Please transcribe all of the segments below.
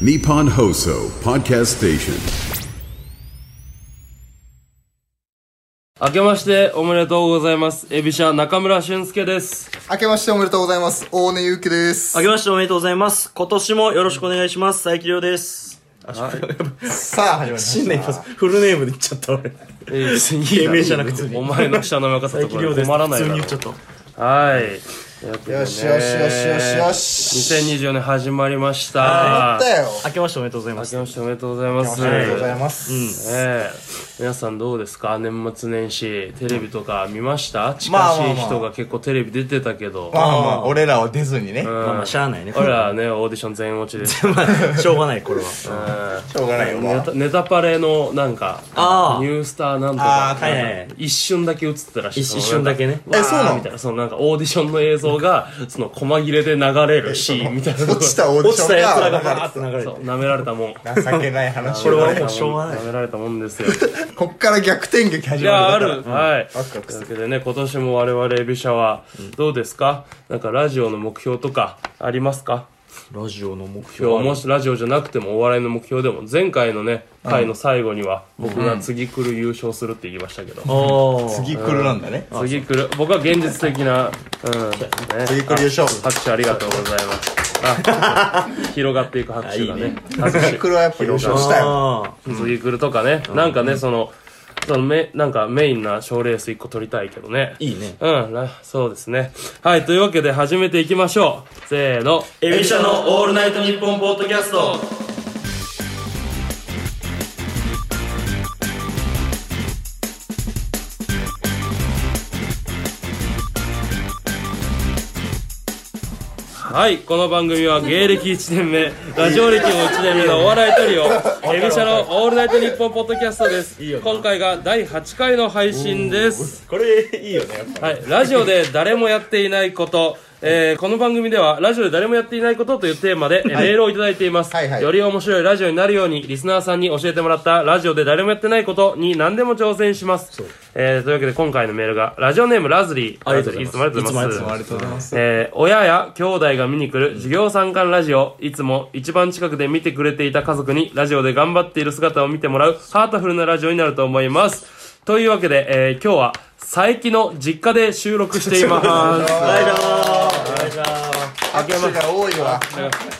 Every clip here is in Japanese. Nippon Hoso Podcast Station. 明けましておめでとうございます。エビシャ中村俊介です。明けましておめでとうございます。大根ゆうきですあ。けましておめでとうございます。今年もよろしくお願いします。佐伯亮です。さあ、始まりまし新年一発、フルネームで言っちゃった俺。え別に芸名じゃなくて。お前の下の名前かさ佐と伯こ亮れです。困らないだ普通ろに言っちゃった。はい。というわけでねよしよしよしよしよし2024年始まりました。た。だよ。明けましておめでとうございま明す。けましておめでとうございます。ありがとうございます。ええ皆さんどうですか年末年始テレビとか見ました近まあしまあいまあ人が結構テレビ出てたけど、まあまあ、俺らは出ずにね。まあまあ、しゃあないね。俺らはねオーディション全落ちですまあ、しょうがない、これは。しょうがないよ。まネあタネタパレのなんかあーニュースターなんとあかーはいはい。一瞬だけ映ってたらしい一一瞬だけね。ええそうなのみたいなそのなんかオーディションの映像がその細切れで流れるシーンみたいな落ちたオーディ 落シちョたンやつらががバーって流れそうて。舐められたもん情けない話これをはね。もうしょうがない舐。められたもんです よこっから逆転劇い始やまある、る。はいとワクワクいうわけでね今年も我々エビシャはどうですか、なんかラジオの目標とかありますかラジオの目標今は日もしラジオじゃなくてもお笑いの目標でも前回のね回の最後には僕が次来る優勝するって言いましたけど、おー。次来るなんだね。次来る僕は現実的な、うんね、次来る優勝。拍手ありがとうございますあ 広がっていく拍手がね拍手次来るはやっぱ優勝したよ。あ次来るとかね、なんかねそのそのめなんかメインな賞ーレース1個取りたいけどねー。いいね。うんなそうですねはいというわけで始めていきましょうせーのエビシャのオールナイトニッポンポッドキャスト。はいこの番組は芸歴1年目ラジオ歴も1年目のお笑いトリオエビシャのオールナイトニッポンポッドキャストですいよな今回が第8回の配信ですこれ、いいよね、やっぱ。はい、ラジオで誰もやっていないこと、えーこの番組ではラジオで誰もやっていないことというテーマで、えーメールをいただいています、はいはいより面白いラジオになるようにリスナーさんに教えてもらったラジオで誰もやってないことに何でも挑戦します、えーというわけで今回のメールがラジオネームラズリーありがとうございますつもありがとうございまいつすもありがとうございます。えー親や兄弟が見に来る授業参観ラジオ、いつも一番近くで見てくれていた家族にラジオで頑張っている姿を見てもらうハートフルなラジオになると思います。というわけで、えー今日は佐伯の実家で収録しています。はい、どうもお願いします。拍手が多いわ。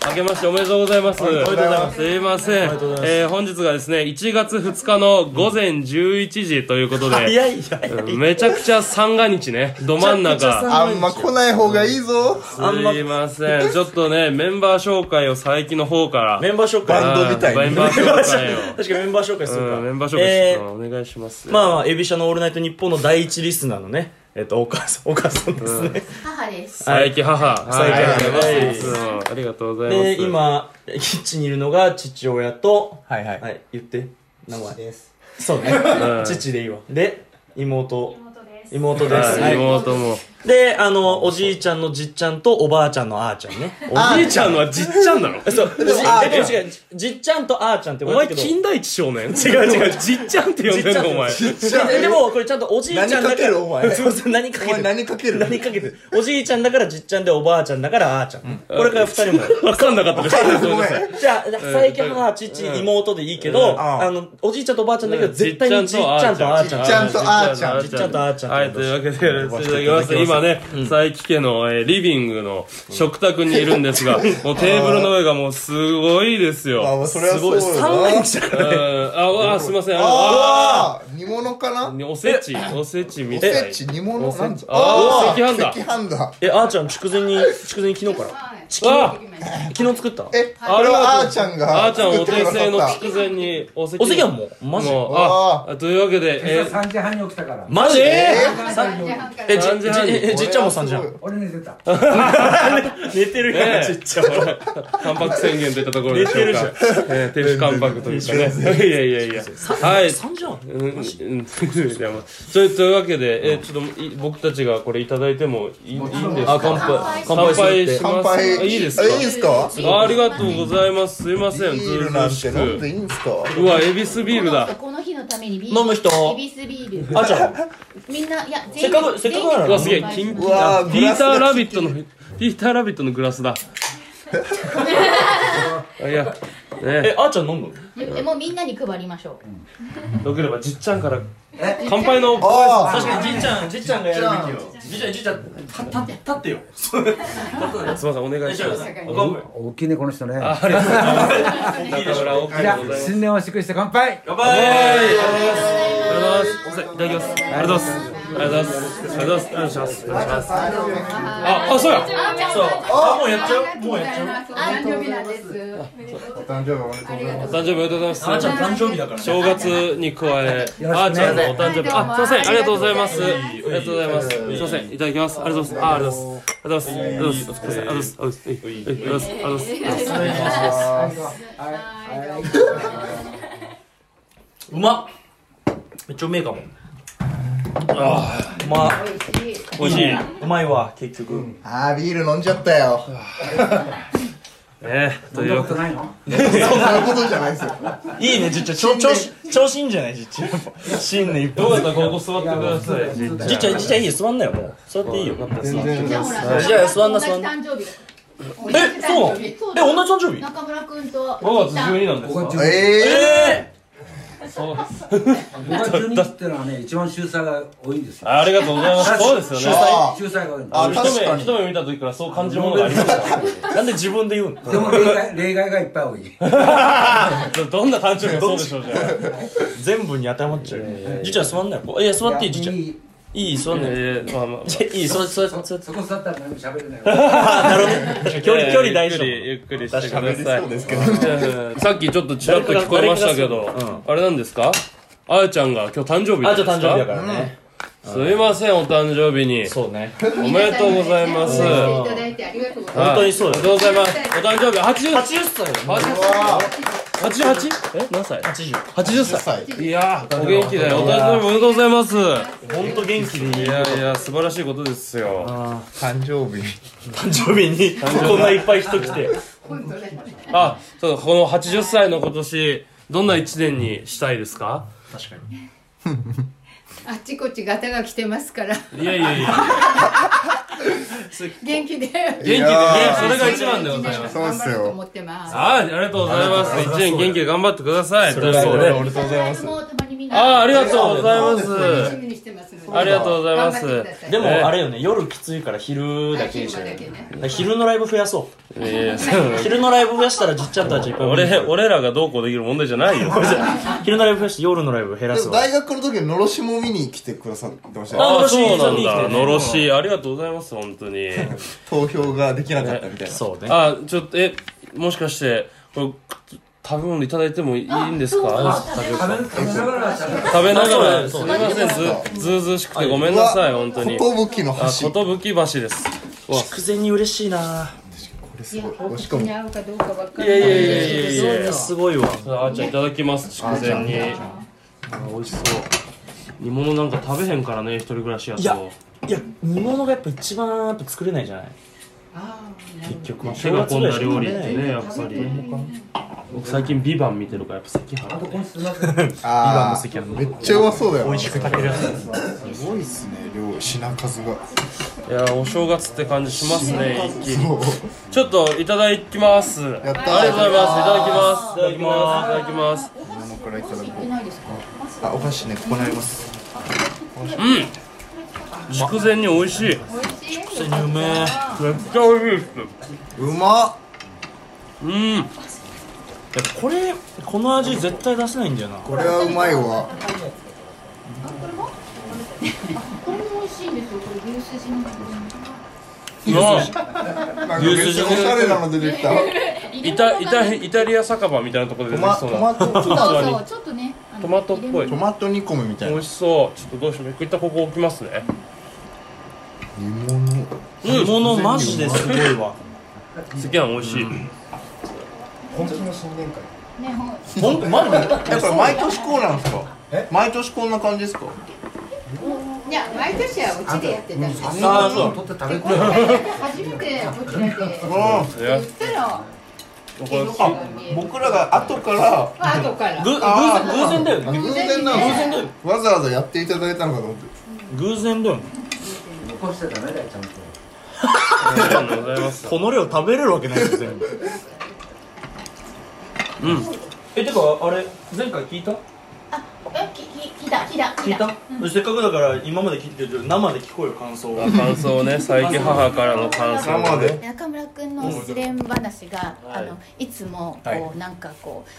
明けましておめでとうございます。おめでとう。ございますすいません。えー本日がですね、1月2日の午前11時ということで、早い早い。めちゃくちゃ三が日ね、ど真ん中。あんま来ない方がいいぞ。あんますいません。ちょっとね、メンバー紹介を佐伯の方から。メンバー紹介。バンドみたいにメンバー紹介を。確かにメンバー紹介するか。うんメンバー紹え介ーお願いします。まあまあ、エビシャのオールナイトニッポンの第一リスナーのね、えっと、お母さん、お 母さんですね。母です。佐伯母。はい伯ありがとうございますはうんありがとうございます。で、、今、キッチンにいるのが父親と、はいは。はいい、言って、名前。です。そうね。父でいいわ。で、妹、妹です。妹です。はいは妹も。い。で、あの、おじいちゃんのじっちゃんと、おばあちゃんのあーちゃんね。おじいちゃんのはじっちゃんなのそう、でもあーちゃん違う、じっちゃんとあーちゃんってお呼ばれ前、てるけど金田一少年違う違うじっちゃんって呼んでんの、お前。じちゃんえでも、これちゃんとおじいちゃんだから。何かけるお前そうそう、何かけおる。前何かける何かけてるおじいちゃんだからじっちゃんでおばあちゃんだからあーちゃん、これから二人もわかんなかったです。ごめん。 じゃあ佐伯母父、妹でいいけど、んあのおじいちゃんとおばあちゃんだけど絶対にじっちゃんとあーちゃんじっちゃんとあーちゃんじっちゃんとあーちゃんはい、というわけで、よろしくお願いします。今ね、佐伯家の、えーリビングの食卓にいるんですが、もうテーブルの上がもうすごいですよ。まあまあ、それはそうよな。三連したからうんあ、うわ、すいません。あのああ煮物かなあおせち、おせちみおたい。せち煮物なんだ。あーー赤飯だ赤飯だ。えあーちゃん筑前煮筑前煮昨日からはい。あ昨日作ったえ、あこれはあーちゃんがあーちゃんお作って手くださ製のった。筑前におせち。お赤飯もうマジもう、わあ、というわけで、えー、 3時半に起きたから。マジえ3時半から。えじ三時半にじえじっちゃんも3時半俺寝てた。寝てるねえ ちゃんは関白宣言といったところでしょうか。えー、亭主関白というかね。いやいやいや。はい。 3時半うんうんいやまあそれというわけで、えー、ちょっとい僕たちがこれいただいてもいいいいんですあか乾杯乾杯するっしてま乾すあ杯。いいですえいいんすかかあありがとうございますすいまビせんずールうなんずして飲んでくいいんすかうわエビスビールだこの日のためにビール。飲む人エビスビール。あーちゃんみんな、いや、せっかくせっかくならうわすげえキンキンうわだーピーター・ラビットのピーター・ラビットのグラスだいやねえ、あーちゃん飲むのえもうみんなに配りましょう。よければじっちゃんからえ乾杯のああ確かにじいちゃん、じいちゃんがやるべきよ。じいちゃん、じいちゃん、たた立ってよ。立ってよ。すみませんお願いしま大す丈夫おかん大きいねこの人ねあありがとうございますいいで中しょ村おじゃかんでございあます新年を祝して乾杯乾おー杯いありがとうございますいただきますありがとうございますありがとうございますありがとうございますお願いしますお願いしますああそうやそう、あ、もうやっちゃうもうやっちゃうお誕生日なんです。お誕生日おめお誕生日おめででとうございますとうごあざーいちゃまんす誕生日だからね。正月に加え、あーちゃんのお誕生日、あ、すいません、ありがとうございます。ありがとうございます。すいません、いただきます。ありがとうございます。あ、ありがとうございます。ありがとうございます。ありがとうございます。ありがとうございます。ありがとうございます。ありがとうございます。ありがとうございます。うまっめっちゃうめえかも。あうまあ、ー、美味しい。うまいわ、結局。あービール飲んじゃったよええ、というわけでないのそんなことじゃないですよいいね、じいちゃん。ちょ調子、調子いいんじゃないじいちゃん。新年一どうだ発っ。たらここ座ってください。じいちゃん、じいちゃんいいよ、座んなよ、もう。座っていいよ。全然じゃあほら。じゃあ座んな座んな同じ誕生日。え、そうなのえ、だよ同じ誕生日中村くんと。 5月12なんですかええ5月12日ってのはね一番秀才が多いんですよありがとうございます。そうですよーね。あ秀才が多いんであ一確か目、に一目見た時からそう感じるものがありました。ーなんで自分で言うのすでも例外例外がいっぱい多いどんな誕生日がそうでしょうじゃ全部に当てはまっちゃうよ。じいちゃん座んなよ。こういや、座っていい、じいちゃん。いいい、座んなよ。あ。まあまあ。じゃいい、座って、座って、座って。そこ座ったら何も喋れないなるほど。距離、距離大事だもん。ゆっくりゆっくりしてくださいうんさっきちょっとちらっと聞こえましたけど誰かがあれなんですかあやちゃんが今日誕生日なんあ、でじすゃあ誕生日だかからね。すいませんお誕生日にそうね。おめでとうございますおはいいただいてありがとうござい本当にそうおだめよでとうございますお誕生日80 80歳だよ。 88え何歳80。 80歳いやーお元気だよお誕生日おめでとうございますいほんと元気でいい。やいや素晴らしいことですよ誕生日にこんないっぱい人来て。ます。あそうこの80歳の今年どんな1年にしたいですか確かに。あっちこっちガタが来てますからいやいやいや元気で元気でねいやーそれが一番でございますそうっすよ頑張ろと思ってます。あーありがとうございます。一年元気で頑張ってください。れがということそれでがりがとうございます。たまにみんなああ、ありがとうございま楽しす。みにしてますので。ありがとうございま頑張ってくだす。さいでもえーあれよね、夜きついから昼だけにしようよあ昼間だけ昼のライブ増やそいやいやう。昼のライブ増やしたらじっちゃんたちいっぱい。俺、、俺らがどうこうできる問題じゃないよ。昼のライブ増やして夜のライブ減らですもわ。大学の時にのろしも見に来てくださってましたよ あああ、そうなのんろしいいだ。ですねのろし、ありがとうございます、本当 に。投票ができなかったみたいなそうね。あ、ちょっと、え、もしかして、これ、食べ物いただいてもいいんですか食べながら喋る食べながら、すそみうません、ず、ずうずうしくてごめんなさい、本当に。寿のあ、橋寿橋です。筑前に嬉しいな。いや、しかも。合うかどうかわかんいなやい。いやいやいやいやそうすごいわ。あーちゃんいただきます筑前にあー美味しそう煮物なんか食べへんからね一人暮らしやといやいや、煮物がやっぱ一番やっぱ作れないじゃない結局、手が込んだ料理ってねねやっぱり僕最近「ビバン見てるからやっぱ赤飯この人なんかあ今のー席めっちゃうまそうだよすしく炊けるやつ。ごいっすね量品数がいやーお正月って感じしますね一気にそうちょっといただきますありがやったとうございますいただきますいただきますいただきものからいただこいけないですか。うあお箸ねここにありますます筑前煮美味しいめっ美味しい。うめえ。ちゃ美味しいっすうまっうんいやこれこの味絶対出せないんだよなこれはうまいわこれも美味しいんですよ。これ牛すじの。うなんかめっちゃおしゃれなの出てきたんイタイタイタリア酒場みたいなところで出トてマきトそうなマトそうそう、ちょっとね。あのトマトっぽいトマト煮込みみたい美な味しそうちょっとどうしようめくったここ置きますね煮物煮物マジですごい わ好きなの美味しい、ね、ほんほんマジでえこれ毎年こうなんですか毎年こんな感じですかいや、毎年はうちでやってたんです。今ああそう取って食べて回初めてこちらで。ういや言ったら。ん僕らが後から後から。ぐ偶あ然偶然だよね偶然なの偶然だわざわざやっていただいたのかと思って偶然だよね残してダメだよちゃんとありがとうございますこの量食べれるわけないよ全部えてかあれ前回聞いたあ、え、き、き、聞いた、聞いた、聞いた。せっかくだから今まで聞いてるけど生で聞こうよ感想を感想ね最近母からの感想生で中村くんの失恋話が、あの、いつも、こう、なんか、こう。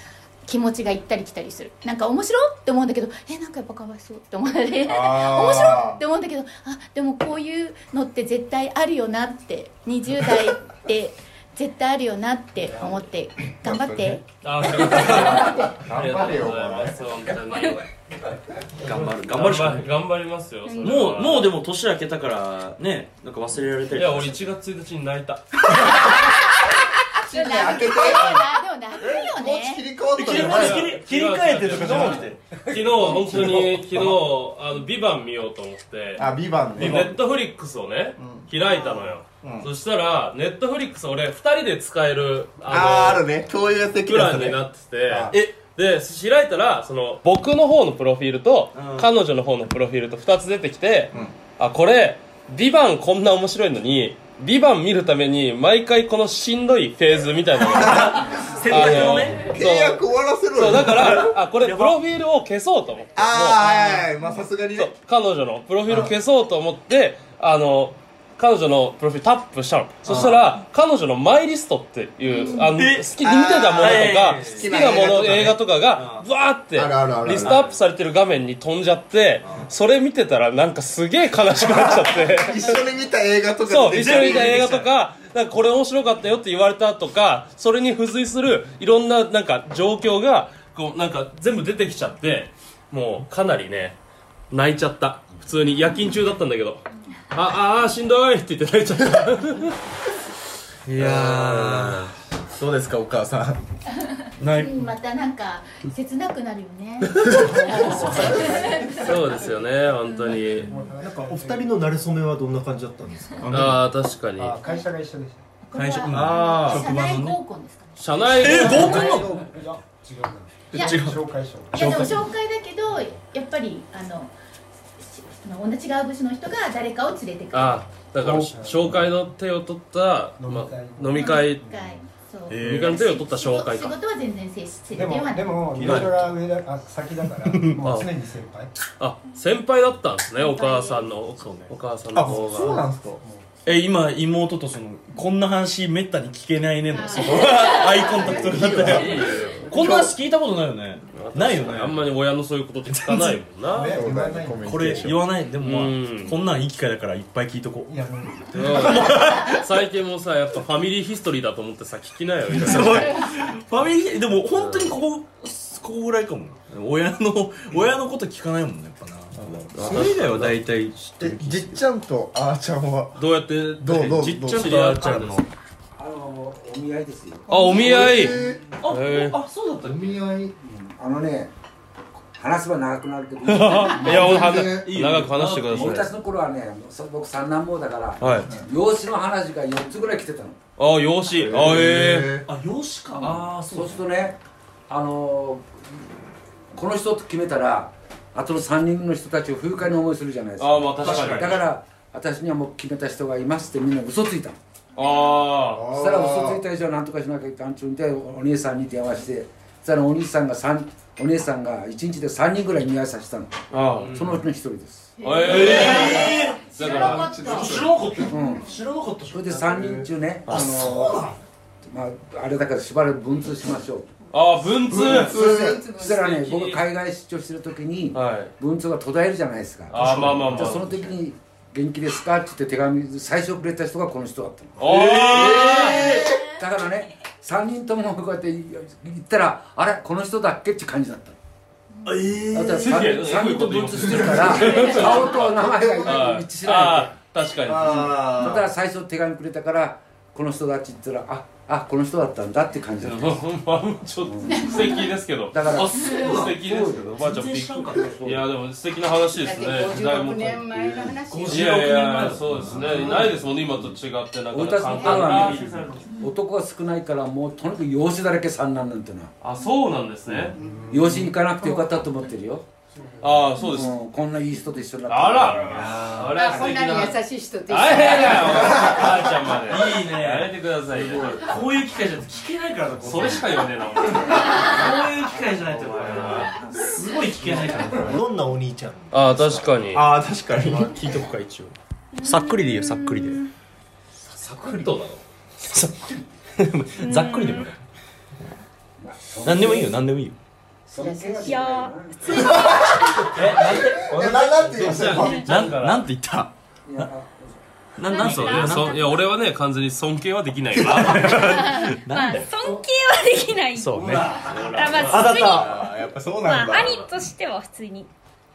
気持ちが行ったり来たりするなんか面白いって思うんだけどえなんかやっぱかわいそうって思われて 面あー白いって思うんだけどあでもこういうのって絶対あるよなって20代って 絶対あるよなって思って頑張ってあそういうこと頑張れよ、お前。頑張頑張るる頑頑張張るしかないり頑張りますよそれはもうもうでも年明けたからねなんか忘れられたいりや俺1月1日に泣いた切気持ち切り替わったよ、お前。でも泣くよなでも泣くよねり切り替えてとかじゃなくて昨日本当に昨日あのビバン見ようと思ってあ、ビバンネね。ットフリックスをね、開いたのよ、そしたらネットフリックス俺2人で使えるあー、あのるね。共有的プなやラつンにね。なっててあえで開いたらその僕の方のプロフィールと、うん彼女の方のプロフィールと2つ出てきて、あこれ「ビバンこんな面白いのに「ビバン見るために毎回このしんどいフェーズみたいなのが 選択をねあの契約終わらせろそうそうよ。だからあこれプロフィールを消そうと思ってあー、はいはい。まあ、さすがにそうね。彼女のプロフィールを消そうと思ってあの彼女のプロフィールタップしたのそしたら彼女のマイリストっていうあの好き見てたものとあーはいか好きなも好きな映画とかの映画とかねがわーってあるあるあるあるリストアップされてる画面に飛んじゃってそれ見てたらなんかすげえ悲しくなっちゃって一緒に見た映画とかそうで一緒に見た映画とかなんかこれ面白かったよって言われたとかそれに付随するいろんななんか状況がこうなんか全部出てきちゃってもうかなりね泣いちゃった普通に夜勤中だったんだけどあああしんどいって言って泣いちゃったいやーどうですかお母さんうんまたなんか切なくなるよね そうですよね本当になんかお二人の馴れ初めはどんな感じだったんですかああ確かに会社が一緒でした会社あ社内合コンですかね社内え合コンなのいや違うないや紹介書いやでも紹介だけどやっぱりあのしその同じ違う部署の人が誰かを連れてくるあだから紹介の手を取った、まあ、飲み会一回そう、飲み会の手を取った紹介仕事か仕事は全然接してでもでもい年齢が上だあ先だからもう常に先輩あ先輩だったんですねお母さんのお母さんのあ、方がそうなんすか。え今妹とそのこんな話めったに聞けないねの そのアイコンタクトがあったよこんな話聞いたことないよねないよねあんまり親のそういうことって聞かないもんなね言わないこれ言わないでもまうんあこんなんいい機会だからいっぱい聞いとこいやもう最近もさやっぱファミリーヒストリーだと思ってさ聞きなよみたいうすなごいファミリーでも本当にここここぐらいかも親の親のこと聞かないもんねやっぱなそれ以外は大体知ってえ、じっちゃんとあーちゃんは。どうやってどうどうじっどうちゃんとあーちゃんのあのお見合いですよあお見合いええーあそうだったお見合いあのね話せば長くなるけどいや俺はえ長く話してくだ俺たさいちの頃はねそ僕三男坊だからはい養子の話が4つぐらい来てたのあ養子あええあ養子かああそそううするとねあのーこの人と決めたらあとの3人の人たちを不愉快に思いするじゃないですーかあーまあ確かだにから私にはもう決めた人がいますってみんな嘘ついたのあそしたら嘘ついた以上なんとかしなきゃいけないってお姉さんに電話してそしたらお兄さんが三お姉さんが1日で3人ぐらい見合いさせたの、ーあーそのうちの1人です、え知らなかった知らなかったようん、知らなかったしそれで3人中ねあのまあ、あれだからしばらく文通しましょうーあー文通そしたらね僕海外出張してる時にはい文通が途絶えるじゃないですかあーまあまあまじゃあそのあ時に「元気ですか?」って言って手紙最初くれた人がこの人だったのあだからね3人ともこうやって言ったら「あれこの人だっけ?」って感じだったのえだからすげえ3人と文通してるから顔と名前ーあが一致しーないあー確かにだかあら最初手紙くれたから「この人だ」って言ったら「ああこの人だったんだ」って感じだったまあちょっと素敵ですけど。だからあそうなん素敵ですけど。おばあちゃんびっくり。いやでも素敵な話ですね。時代も56年前の話よいやいやそうですね。ないですもんね今と違ってなかなか簡単な。男が少ないからもうとにかく養子だらけ三男なんてのはあそうなんですね。養子に行かなくてよかったと思ってるよああ、そうです。うんこんないい人と一緒になってあらあらあこんなに優しい人ってあれやよ母ちゃんまでいいねやめてくださいよこういう機会じゃ聞けないからな、こそれしか言わねえな俺こういう機会じゃないとなすごい聞けないから。どんなお兄ちゃんああ確かにああ確かに聞いとくか一応さっくりでいいよさっくりでサクッとだろさざっくりでもいい何でもいいよ何でもいいよいやえ、ななんて言いましたかなんなんて言ったななんそういなやんそいや俺 はね完全に尊敬はできないわなんだよ尊敬はできないそうねだからまあ普通にあーやっぱそうまあ兄としては普通に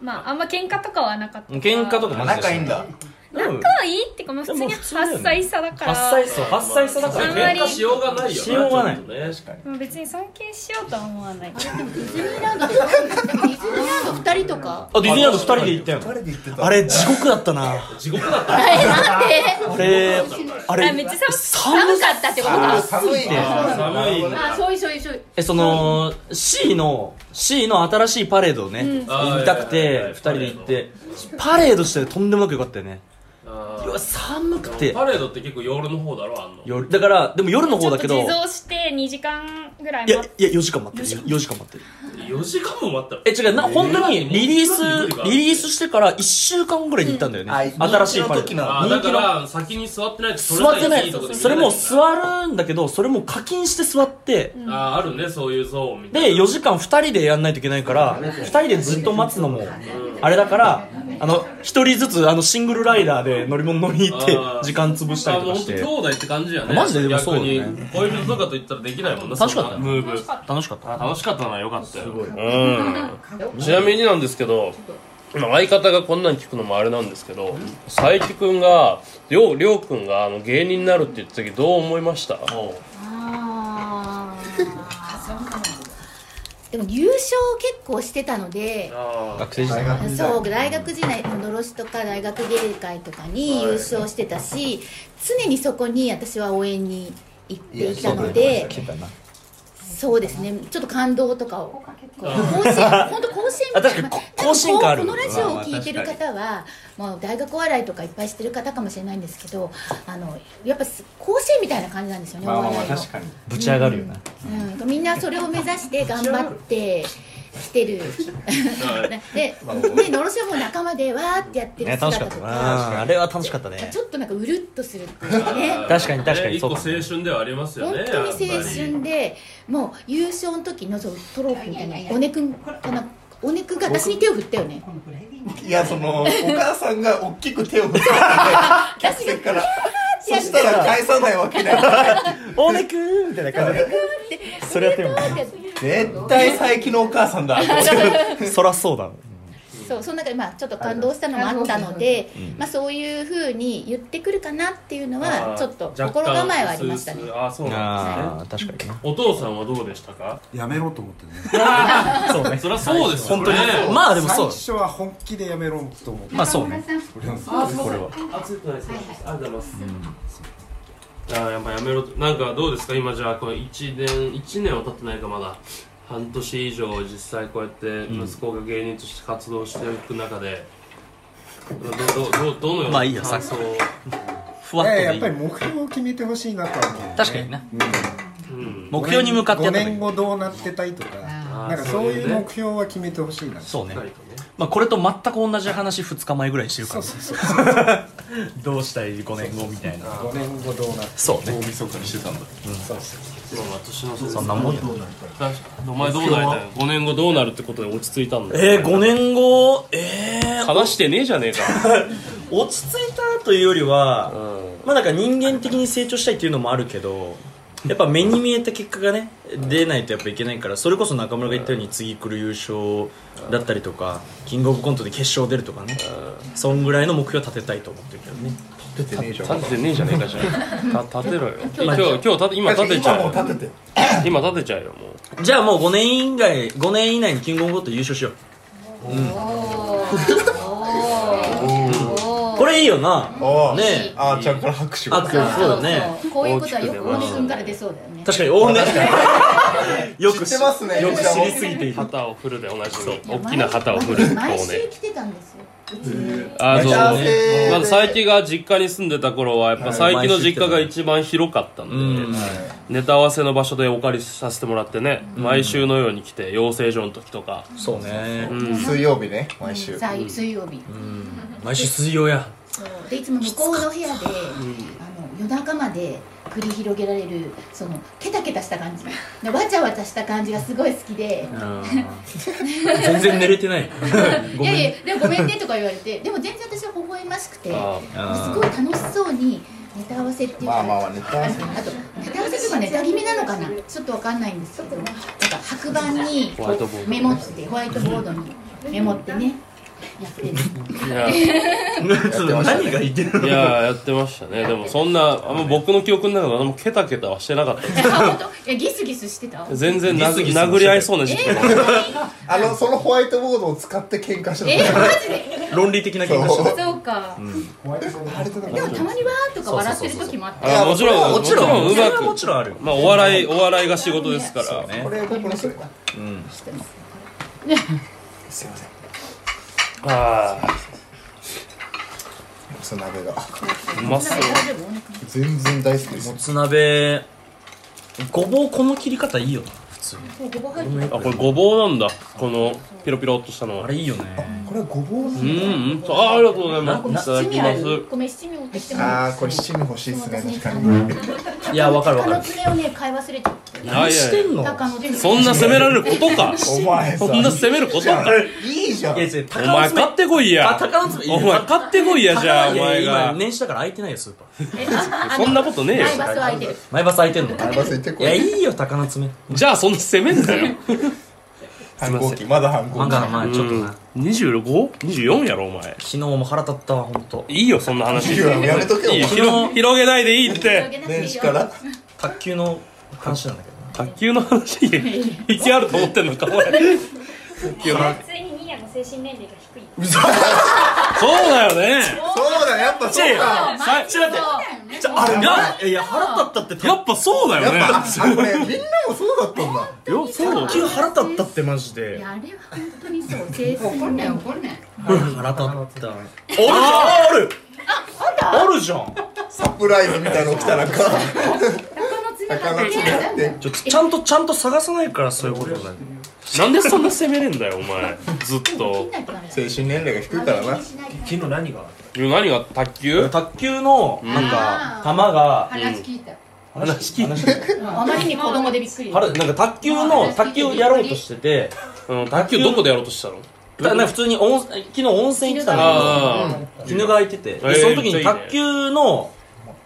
まああんま喧嘩とかはなかった喧嘩とかマジでいいんだ。うん仲いいっていうかまあ普通にでも普通だよね8歳差だから8歳そう8歳差だかあんまらり喧嘩しようがないよなしようがないちょっとねまあ別に尊敬しようとは思わないディズニーランドディズニーランド2人とかあディズニーランド2人で行ったよ誰で言ってたあれ地獄だったな地獄だったねえなんで あれああめれっちゃ寒寒寒さかったってことか寒いね寒いあそういそういそういえその C の C の新しいパレードをねあー見たくはいはいはいて2人で行ってパレードしてとんでもなく良かったよねあーうわ寒くて パレードって結構夜の方だろあんの夜だからでも夜のち方ょだっとけど自走して2時間ぐらいいや待っいや4時間待ってる4時間待ってる4時間も待ったらえ違うな本当にリリースえーリリースしてから1週間ぐらいで行ったんだよね新しいパレードあーだから先に座ってないと座ってないとこで見れそれもあ座るんだけどそれも課金して座ってあーあるねそういうゾーンみたいなで4時間2人でやんないといけないから2人でずっと待つのもあれだからあの1人ずつあのシングルライダーで乗り物乗りに行ってあー時間潰したりとかしてあもう本当兄弟って感じやねマジででもそうだね逆に恋人とかと言ったらできないもんな楽しかったそんなムーブ楽しかった楽しかったなよかったよすごいうんちなみになんですけどまあ相方がこんなん聞くのもあれなんですけど佐伯くんがりょうりょうくんがあの芸人になるって言った時どう思いましたあ ーでも優勝結構してたのであ学生時代そう大学時代のろしとか大学芸会とかに優勝してたし、常にそこに私は応援に行っていたので来てたなそうですねちょっと感動とかをこう甲子園本当甲子園あ確かにこ甲子園感あるこのラジオを聞いてる方は、まあ、大学お笑いとかいっぱいしてる方かもしれないんですけどあのやっぱす甲子園みたいな感じなんですよね、お笑いのかにぶち上がるよなうん、みんなそれを目指 して頑張ってきてる ででのろしはもう仲間でわーってやってるね楽しかっ姿たとか、なあれは楽しかったねちょっとなんかうるっとするっていうかねあ確かに確かに一個そう青かも春ではありますよ本ね当に青やっ春でもう優勝の時のそうトロフィーみたいなおねくんかなおねくんが私に手を振ったよねいやそのお母さんが大きく手を振って私がるからそしたら返さないわけない大根くーみたいな感じそれやっても絶対佐伯のお母さんだそらそうだろそうその中でまあちょっと感動したのもあったので、まあ、そういうふうに言ってくるかなっていうのぱりはちょっとあー心構えはありました若ね干薄々あーそうなんですねあー確かになお父さんはどうでしたかやめろと思ってねそうねそりゃそうですよ本当にねまあでもそう最初は本気でやめろと思ってまあそうねあ、すみません。あ、ついてないです。ありがとうございます。あ、やっぱやめろと。なんかどうですか今じゃあこの一年一年は経ってないかまだ半年以上実際こうやって息子が芸人として活動していく中で、どうどうどうどのようまなあいいや感想をふいわっとやでやいっいぱり目標を決めてほしいなとは思う、ね、確かになうん目標に向かってや5った方がいい年後どうなってたいとかあーなんかそういう目標は決めてほしいなそうねそういうねまあこれと全く同じ話2日前ぐらいにしてるからそうそう どうしたい5年後みたいな5年後どうなってそうねまあまあ年のそんなもんよお前どうなりたい五年後どうなるってことで落ち着いたんだよえー、5年後えー、話してねえじゃねえか落ち着いたというよりは、まあなんか人間的に成長したいっていうのもあるけどやっぱ目に見えた結果がね出ないとやっぱいけないからそれこそ中村が言ったように次来る優勝だったりとかキングオブコントで決勝出るとかねそんぐらいの目標は立てたいと思ってるけどね立ててねえじゃねえかじ ゃんた立てろよ今日今日立て今立てちゃうよ立てて今立てちゃうよもうじゃあもう5年以外5年以内にキングオブコント優勝しよううんこれいいよなおねえあーちゃんから拍手あそうだねそうこういうことはよく大根から出そうだよね確かに大根よく知知ってますねよく知りすぎている旗を振るでおなじみ大きな旗を振る毎こうね週来てたんですようちにあそう幸せまだ佐伯が実家に住んでた頃はやっぱ佐伯の実家が一番広かったんで、ネタ合わせの場所でお借りさせてもらってね、毎週のように来て養成所の時とか、そうねうん水曜日ね毎週さい水曜日 毎週水曜やそうでいつも向こうの部屋で、あの夜中まで繰り広げられるそのケタケタした感じでわちゃわちゃした感じがすごい好きで「全然寝れてないいやいやでもごめんね」とか言われてでも全然私は微笑ましくてすあごい楽しそうにネタ合わせっていうか、まあまあまあネタ合わせあとネタ合わせとかネタ気味なのかなちょっとわかんないんですけどなんか白板にホワイトボードメモってホワイトボードにメモってねやってるいやその何が言ってるいややってましたねでもそんなあんま僕の記憶の中で何もケタケタはしてなかったでえあ本当いやギスギスしてたす全然なギスギスもしてたよ殴り合いそうな時期もあのそのホワイトボードを使って喧嘩してえたマジで論理的な気がそうそうか、でもたまにわーとか笑ってる時もあったあもちろんもちろんもちろんうそれはまもくちろんあるまあお笑いお笑いが仕事ですからねこれ僕のそれだすいませんあその鍋があうまそう全然大好きですもつ鍋ごぼうこの切り方いいよな普通にあこれごぼうなんだこのピロピロっとしたのはあれいいよねこれはごぼううんうんあありがとうございますいただき七味まあするごめん七味持ってきてもらあっあこれ七味欲しいですね確かにいやわかるわ鷹かるの爪をね買い忘れていやいやいんの鷹の爪やそんな責められることかお前さそんな責めることかいいじゃんいや違うお鷹の前爪買ってこいあや鷹の爪いいよお前買ってこいやじゃあお前いやいやが今年始だから開いてないよスーパーえああのそんなことねえよ前バスは開いてる前バス開いてんのバス行っていこやいいいよ鷹の爪じゃあそんな責めんなよ反抗期まだ反ま抗期だまあちょっとな二十六二十四やろお前昨日も腹立ったわ本当。いいよそんな話いいよやめとけよいいよ広広げないでいいっ広て げなくていいよ年始から卓球の話なんだけどな卓球の話に引きあると思ってんのかお前普通にニーヤの精神年齢が低いそうだよねそうだやっぱそうかさちょっと待っちょあれないやいや腹立ったっててやっぱそうだよねやっぱあこれみんなもそうだったんだよそう卓球腹立ったってマジであれは本当にそう精神年齢腹立ったあるじゃんあるあるじゃんサプライズみたいの来たらか鷹高の松爪にあがってちょちゃんとちゃんと探さないからそういうことだねなんでそんな責めれんだよお前ずっと 精神年齢が低いからな昨日何がいや何が卓球卓球のなんか球が話聞いた話聞いあまりに子供でびっくり腹なんか卓球の卓球をやろうとしててうん卓球どこでやろうとしたのだなんか普通に温昨日温泉行ってたんだああけど絹が空いててえーでそのめ時っにちゃいいね卓球の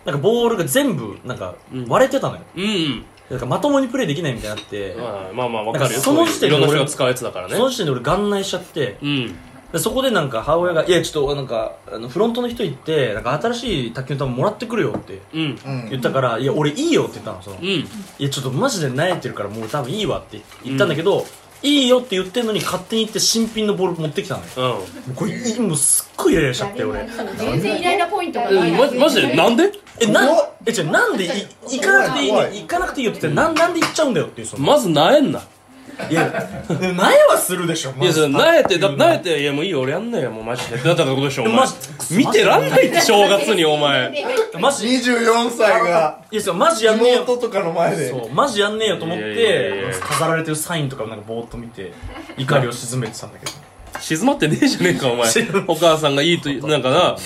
なんかボールが全部なんか割れてたのようんうんなんかまともにプレーできないみたいになってまあまあまあわかるよその時点でいろんな人俺が使うやつだからねその時点で俺眼内しちゃってうんでそこでなんか母親が「いやちょっとなんかあのフロントの人行ってなんか新しい卓球の球もらってくるよ」ってうんうん言ったから「いや俺いいよ」って言ったのそのういんやちょっとマジで慣れてるからもう多分いいわ」って言ったんだけど、いいよって言ってんのに勝手に行って新品のボール持ってきたのようんこれいいもうすっごいイライラしちゃって俺全然イライラポイントがなえいまマジでなんでえ怖なっえじゃあなんでい行かなくていいの怖いに行かなくていいよって言ってなんなんで行っちゃうんだよっていうそのまずなえんないやでも苗はするでしょいやそれなえてだってなえていやもういいよ俺やんないよもうマジでってなったってことでしょお前マジ見てらんないって正月にお前 マジい24歳がやそうマジやんねえよ妹とかの前でそうマジやんねえよと思っいやいやいやいてや飾られてるサインとかをなんかぼーっと見て怒りを鎮めてたんだけど静まってねえじゃねえかお前お母さんがいいとなんかな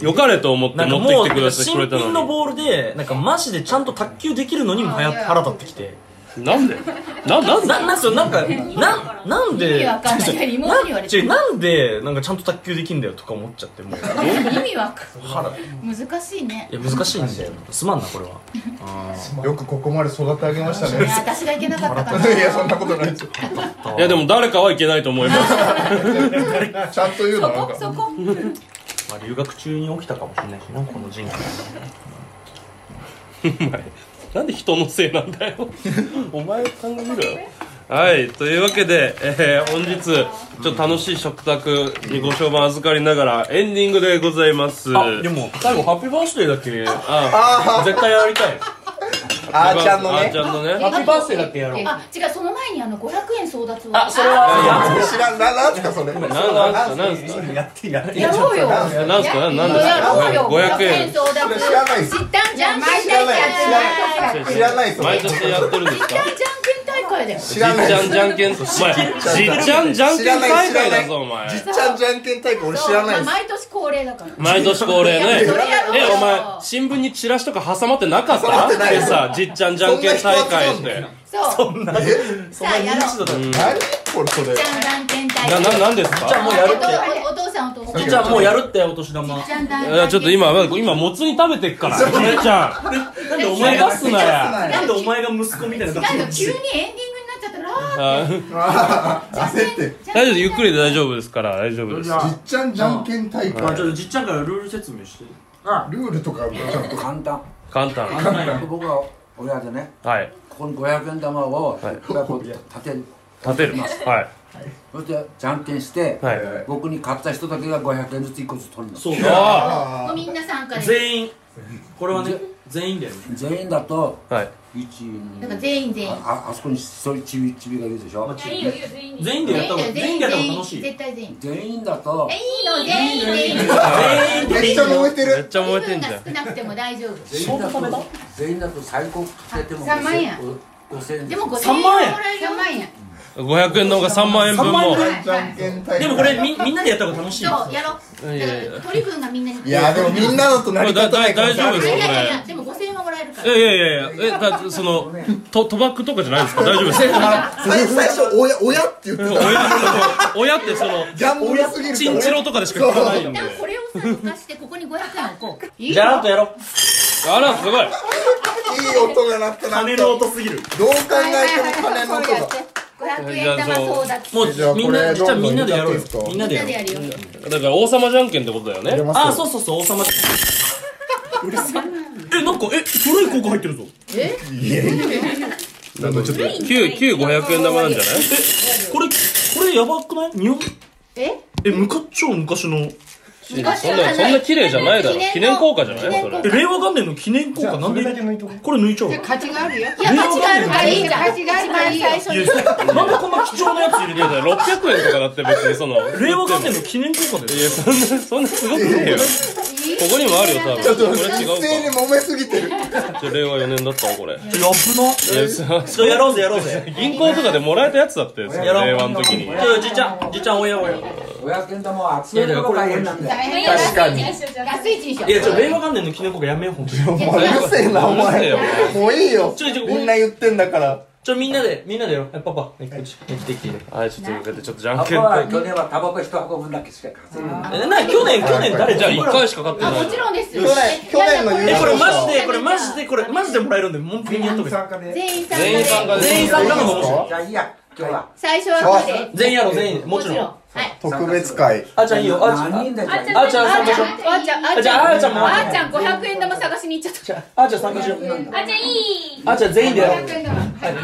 よかれと思ってなん持かってきもうてくれてく新れた品ののボールでなんかマジでちゃんと卓球できるのにもはや腹立ってきてになんでななんでななんすよなんかななん意味でわかんないいや妹に言われて違うなんでなんかちゃんと卓球できんだよとか思っちゃってもう意味わかんない難しいねいや難しいんだよすまんなこれはよくここまで育て上げま したいやね私がいけなかったからいやそんなことないですよいやでも誰かはいけないと思い ますちゃんと言うのなんそこそかこまあ留学中に起きたかもしれないしなこの人生なんで人のせいなんだよ お前考えろよはいというわけで、えー本日ちょっと楽しい食卓にご賞賛預かりながらエンディングでございますあでも最後ハッピーバースデーだけあ絶対やりたいあーちゃんのねあーちゃんのねハッピーバースデーだっけやろうあ違うその前にあの500円争奪あそれはあー知らんななんすかそれなんすかなんすかやってやってやろうよなんすかなんすかなんですやろうよか五百500円円争奪それ知らないっす知ったんじゃ知んらない知らない知らないっす毎年やってるんです知ったんじゃんけん大会だよ知らないじっちゃんじゃんけんとお前じっちゃんじゃんけん大会だぞお前じっちゃんじゃんけん大会俺知らないそうですまあ毎年恒例だから毎年恒例ねいやそれやろうよえお前新聞にチラシとか挟まってなかったってないよでさじっちゃんじゃんけん大会ってそうそんなさあやろう何これそれじゃんじゃんけん大な会ななんですかじゃんもうやるってお父さんお父さんじゃんもうやるってお年玉じゃんいやちょっと今今もつに食べてっからじっちゃんなんでお前が急かすなやなんでお前が息子みたいななんか感急じにエンディングになっちゃったらあー焦って大丈夫ですゆっくりで大丈夫ですから大丈夫ですじっちゃんじゃんけん大あ会ちょっとじっちゃんからルール説明してルールとかちゃんと簡単簡単僕は親でねはいここに500円玉をこう立てる立てるはいそしてじゃんけんして、はい僕に買った人だけが500円ずつ1個ずつ取るのそうもうみんな参加で全員これはね全員だよね全員だと、はい、なんか全員全員ああそこに一人ちびちびがいるでしょ、いやいいよいいよ全員で全員でやった方が全員でやった方が楽しい絶対全員全員だとえいいの全員でいいのめっちゃ燃えてめっちゃ燃えてんじゃん少なくても大丈夫全員だと全員だと最高買ってても3万円5000円でも5000円三も万ら円える3万円500円の方が3万円分もじゃんけん大会でもこれみみんなでやった方が楽しいよそうやろういやいや取り分がみんなにいやでもみんなのと成り立たないこれだだ大丈夫いですやよいこやいれやでも5000円はもらえるかいやいやいやいやえだそのと賭博とかじゃないですか大丈夫ですか最最初親親って言ってた親ってそのギャンブルすぎるチンチロとかでしか聞かないんでらこれをさ溶かしてここに500円置こういいじゃらんとやろうあらすごいいい音が鳴ったな金の音すぎるどう考えても金の音そうやだって500円玉争奪もうみんなじゃあみんなでやろうよじゃあこれみんなでみんやなろでうやるよだから王様じゃんけんってことだよねあそうそうそう王 様えなんかえ古い効果入ってるぞえなんかちょっと9500円玉なんじゃないこれこれやばくない日本ええむか超昔のそんなそんな綺麗じゃないだろ記念硬貨じゃないそれえ令和元年の記念効果なんでこれ抜いちゃうの価値があるよ。いや価値があるからいいじゃん価値があるからいいよ一番最初になんでこんな貴重なやつ入れいてやだから600円とかだって別にその令和元年の記念効果だいよやそんなそんなすごくねえよここにもあるよ多分ちょっとこ一れ違斉うに揉めすぎてるかちょ令和4年だったわこれやぶなえちょやろうぜやろうぜ銀行とかでもらえたやつだってそのやろう令和の時にちょじいちゃんじいちゃんおやおや500円玉は集めるのが大変なんだよ大変よ確かに安い一緒いやちょ令和元年の記念効果やめようほんとにお前うるせえなおうるせえ前よもういいよちょいちょいみんな言ってんだからちょみんなでみんなでやろうはいパパはいこっちはい来て来て来てはいちょっと受けてちょっとじゃんパけパんは大会去年はタバコ一箱分だけしか稼いでないえな去年去年誰じゃあ1回しか勝ってあなもいちろんです去年去年の優えこ勝れ者マジはでこれマジでこれマジでもらえるんでもう全員やっとけ全員参加全員参加でです全員参加の方が面白いじゃあいいや今日は最初はこれで全員やろう全員もちろんはい特別会あちゃんいいよあちゃん何人でじゃあいいあちゃん参加しようあーちゃんあーちじゃんゃああーちゃんもあーちゃん500円玉探しに行っちゃったあーちゃん参加しようあじゃあいいあーちゃん全員でやろう500円玉はいじゃあ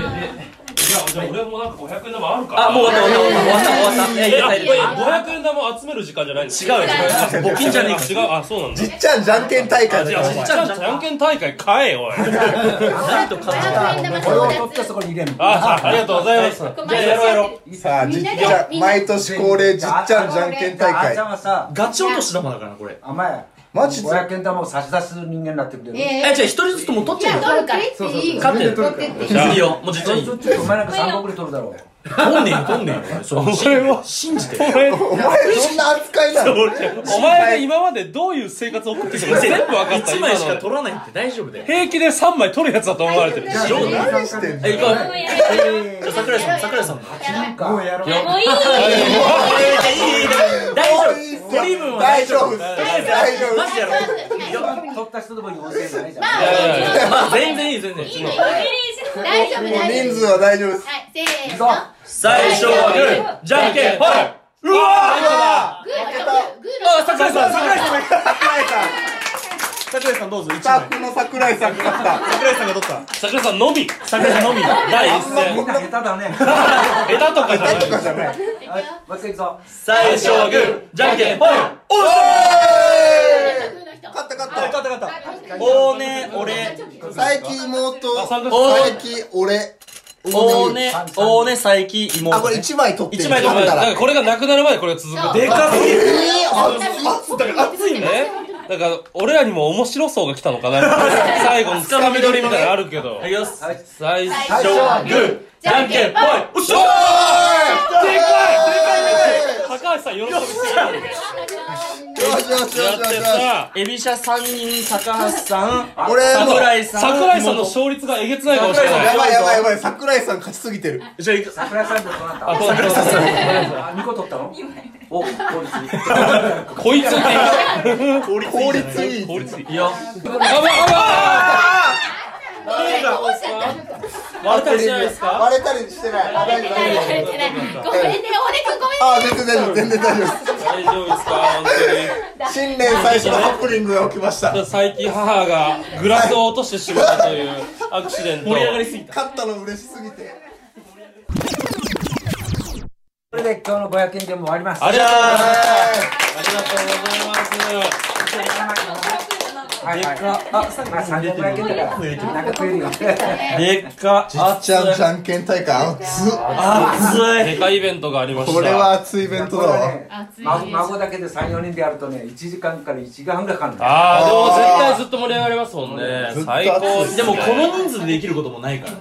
じゃあ俺もなんか500円玉あるかあもう終わった終わった終わっえた終わった終わったえいやいやいや500円玉集める時間じゃないんです違うよ募金じゃねえか違うあそうなんだじっちゃんじゃんけん大会だじよゃあじっちゃんじゃんけん大会買えおい何と勝ち500円玉これを取争ってそ奪こに入れるのあありがとうございますこじゃあやろうやろうさあじっちみんなゃでん毎年恒例じっちゃんじゃんけん大あー会ちゃんはさガチ落とし玉だからなこれお前マジで500円玉を差し出す人間になってくれるええー違う一人ずつもう取っじちゃうゃあよ取るからっていい勝よってるいいよもうじっちゃんいいちょよっとお前なんか3個ぐらい取るだろう取んねえよ取んねえよそれは信じてお前どんな扱いなのお前が今までどういう生活を送ってきたか全部分かった1今枚しかの取らないって大丈夫だよ平気で3枚取るやつだと思われてる大丈夫白だよ何してんのえ行こうじやゃあ桜井さん桜井さんやもうやろうもういい大丈夫取り分は大丈夫大丈夫マジでやろう取った人の分に5000円だねじゃまああいいよまあ全然いい全然いいいいのいいの大丈夫もう大丈人夫数は大丈夫ですはいせーの行くぞ最初はグーじゃんけんぽいいうわグーグあー桜井さん桜井さん桜井さん桜井さんどうぞ1ス枚タッフの桜井さんが勝った桜井さんが取った桜井さんのみ桜井さんのみ第一戦みんな下手だね枝とかじゃないとかじゃないはいもう一回行くぞ最初はグーじゃんけんぽいおーグーの人勝った勝った勝った勝ったおーね俺最近妹おー最近俺おーねおーね最近妹あこれ一枚取って一枚取って勝だったらからこれがなくなるまでこれが続くでかすぎるえ熱いだから熱いねだから俺らにも面白そうが来たのかな最後のつかみ取りみたいなのあるけどいきます最最初初ははググーーじゃんけんぽいおっしゃーーでかいでかいでかい高橋さん喜びよしよしよしよしよしエビシャ3人高橋 さん俺も桜井さん桜井さんの勝率がえげつないかもしれないやばいやばいやばい桜井さん勝ちすぎてるじゃあいく桜井さんとどうなったあそうそうそうあ二個取ったのお、効率こいつって効率効率いい効率いいいいあよばあば割れたりしないですか割れたりしてないあ大丈夫大丈夫ごめんね、おねくんごめんね。あ全然大丈夫全然大丈夫です大丈夫ですか本当に新年最初のハプニングが起きました最近母がグラスを落としてしまったというアクシデント盛り上がりすぎた勝ったの嬉しすぎてこれで今日の500円でも終わりますありがとうございますはありがとうございますはいはいあ、まあ3500円だからなんか食えるよでっかいじっちゃんじゃんけん大会熱っ熱いでかいイベントがありましたこれは熱いイベントだわね、ま孫だけで3、4人でやるとね、1時間から1時間半ぐらいかかるんだよああでも絶対ずっと盛り上がりますもんねずっと最高でもこの人数でできることもないからな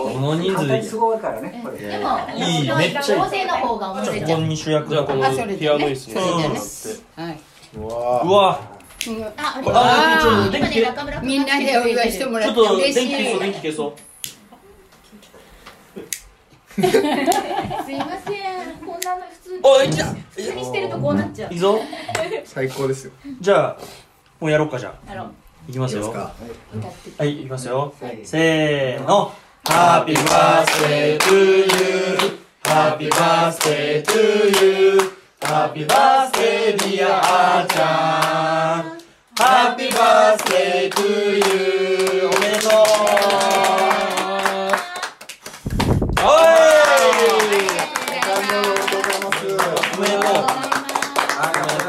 この人数簡で単でにきするごいからね、これ。でも、いいめっちゃいい合成の方が面白いこじゃこん。に主役じゃあこのそれでねピアノ椅子にそれでねはい、うわあ、ありあーがとう。今電気ね、中村みんなでお祝いしてもちらょっってと電嬉気し消そう電い気消そうすいません。こんなの普通に。おいじゃあ普通にしてるとこうなっちゃうい。いぞ最高ですよじゃあもうやろうかじゃああの、いきますよ歌って。はい、いきますよ。せーの。Happy birthday to you.Happy birthday to you.Happy birthday dear あーちゃん。Happy birthday to you. おめでとう。ありがおいおめでとう。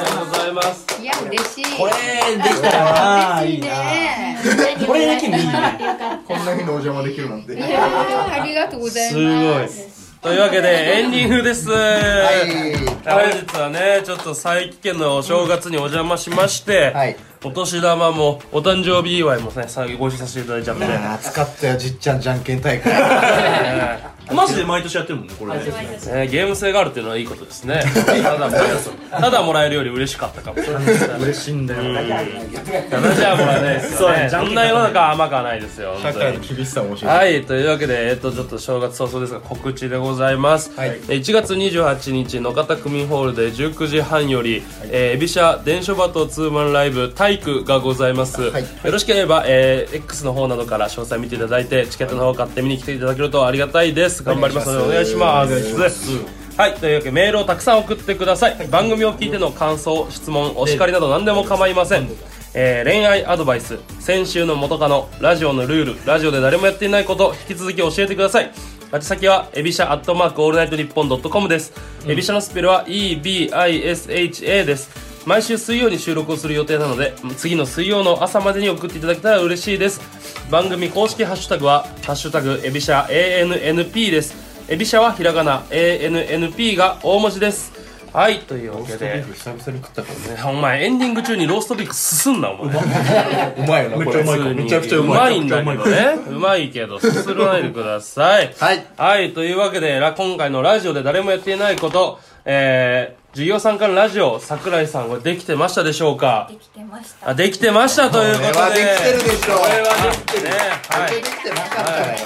とうございますいや嬉しいこれ、できたよな。嬉しいな。ねこれだけでいいね。こんな日にお邪魔できるなんていやーありがとうございすますごい。というわけでエンディングですはい本日はねちょっと佐伯家のお正月にお邪魔しまして、はいお年玉もお誕生日祝いもねさご一緒させていただいちゃって、暑かったよじっちゃんじゃんけん大会マジで毎年やってるもんね、これね。ねゲーム性があるっていうのはいいことですねただもらえただもらえるより嬉しかったかもしれない嬉しいんだよ。ただじゃもらえないですそうよやねねそんな世の中は甘くはないですよ社本当会にの厳しさも教えはい、というわけで、えっと、ちょっと正月早々ですが、告知でございます。はいえー1月28日、野方区民ホールで19時半より、えー、エビシャ伝書バトツーマンライブ、体育がございます。はいよろしければ、えー X の方などから詳細見ていただいて、チケットの方買って見に来ていただけるとありがたいです。頑張りますので、お願いします。はい、というわけでメールをたくさん送ってください、番組を聞いての感想質問お叱りなど何でも構いません、えー恋愛アドバイス先週の元カノラジオのルールラジオで誰もやっていないこと引き続き教えてください宛先はエビシャアットマークオールナイトニッポンドットコムです、エビシャのスペルは EBISHA です毎週水曜に収録をする予定なので次の水曜の朝までに送っていただけたら嬉しいです番組公式ハッシュタグは「ハッシュタグエビシャ ANNP」ですエビシャはひらがな ANNP が大文字ですはいというわけで久々に食ったかねお前エンディング中にローストビーフすすんなお前らうまいよなこれめちゃくちゃうまいんだけどねうまいけどすすらないでくださいはいはい、というわけで、ら今回のラジオで誰もやっていないこと、えー、授業参観ラジオ、桜井さんはできてましたでしょうかできてましたあ、できてましたということで。これはできてるでしょうこれはできてね。はでい。きてなかったよ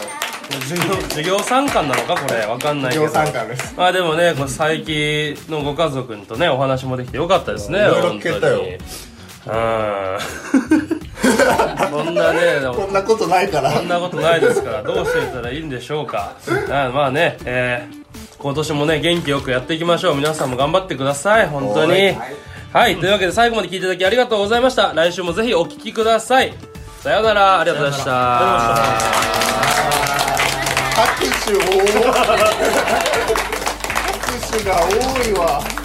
授業、授業参観なのかこれ、わかんないけど。量産感ですまあでもね、これ最近のご家族とね、お話もできてよかったですね。いろいろ聞けたようん。 こんなね、こんなことないからそんなことないですからどうしていったらいいんでしょうかあまあね、えー今年もね元気よくやっていきましょう皆さんも頑張ってください本当にはい、というわけで最後まで聞いていただきありがとうございました来週もぜひお聞きくださいさようならありがとうございました拍手多い拍手が多いわ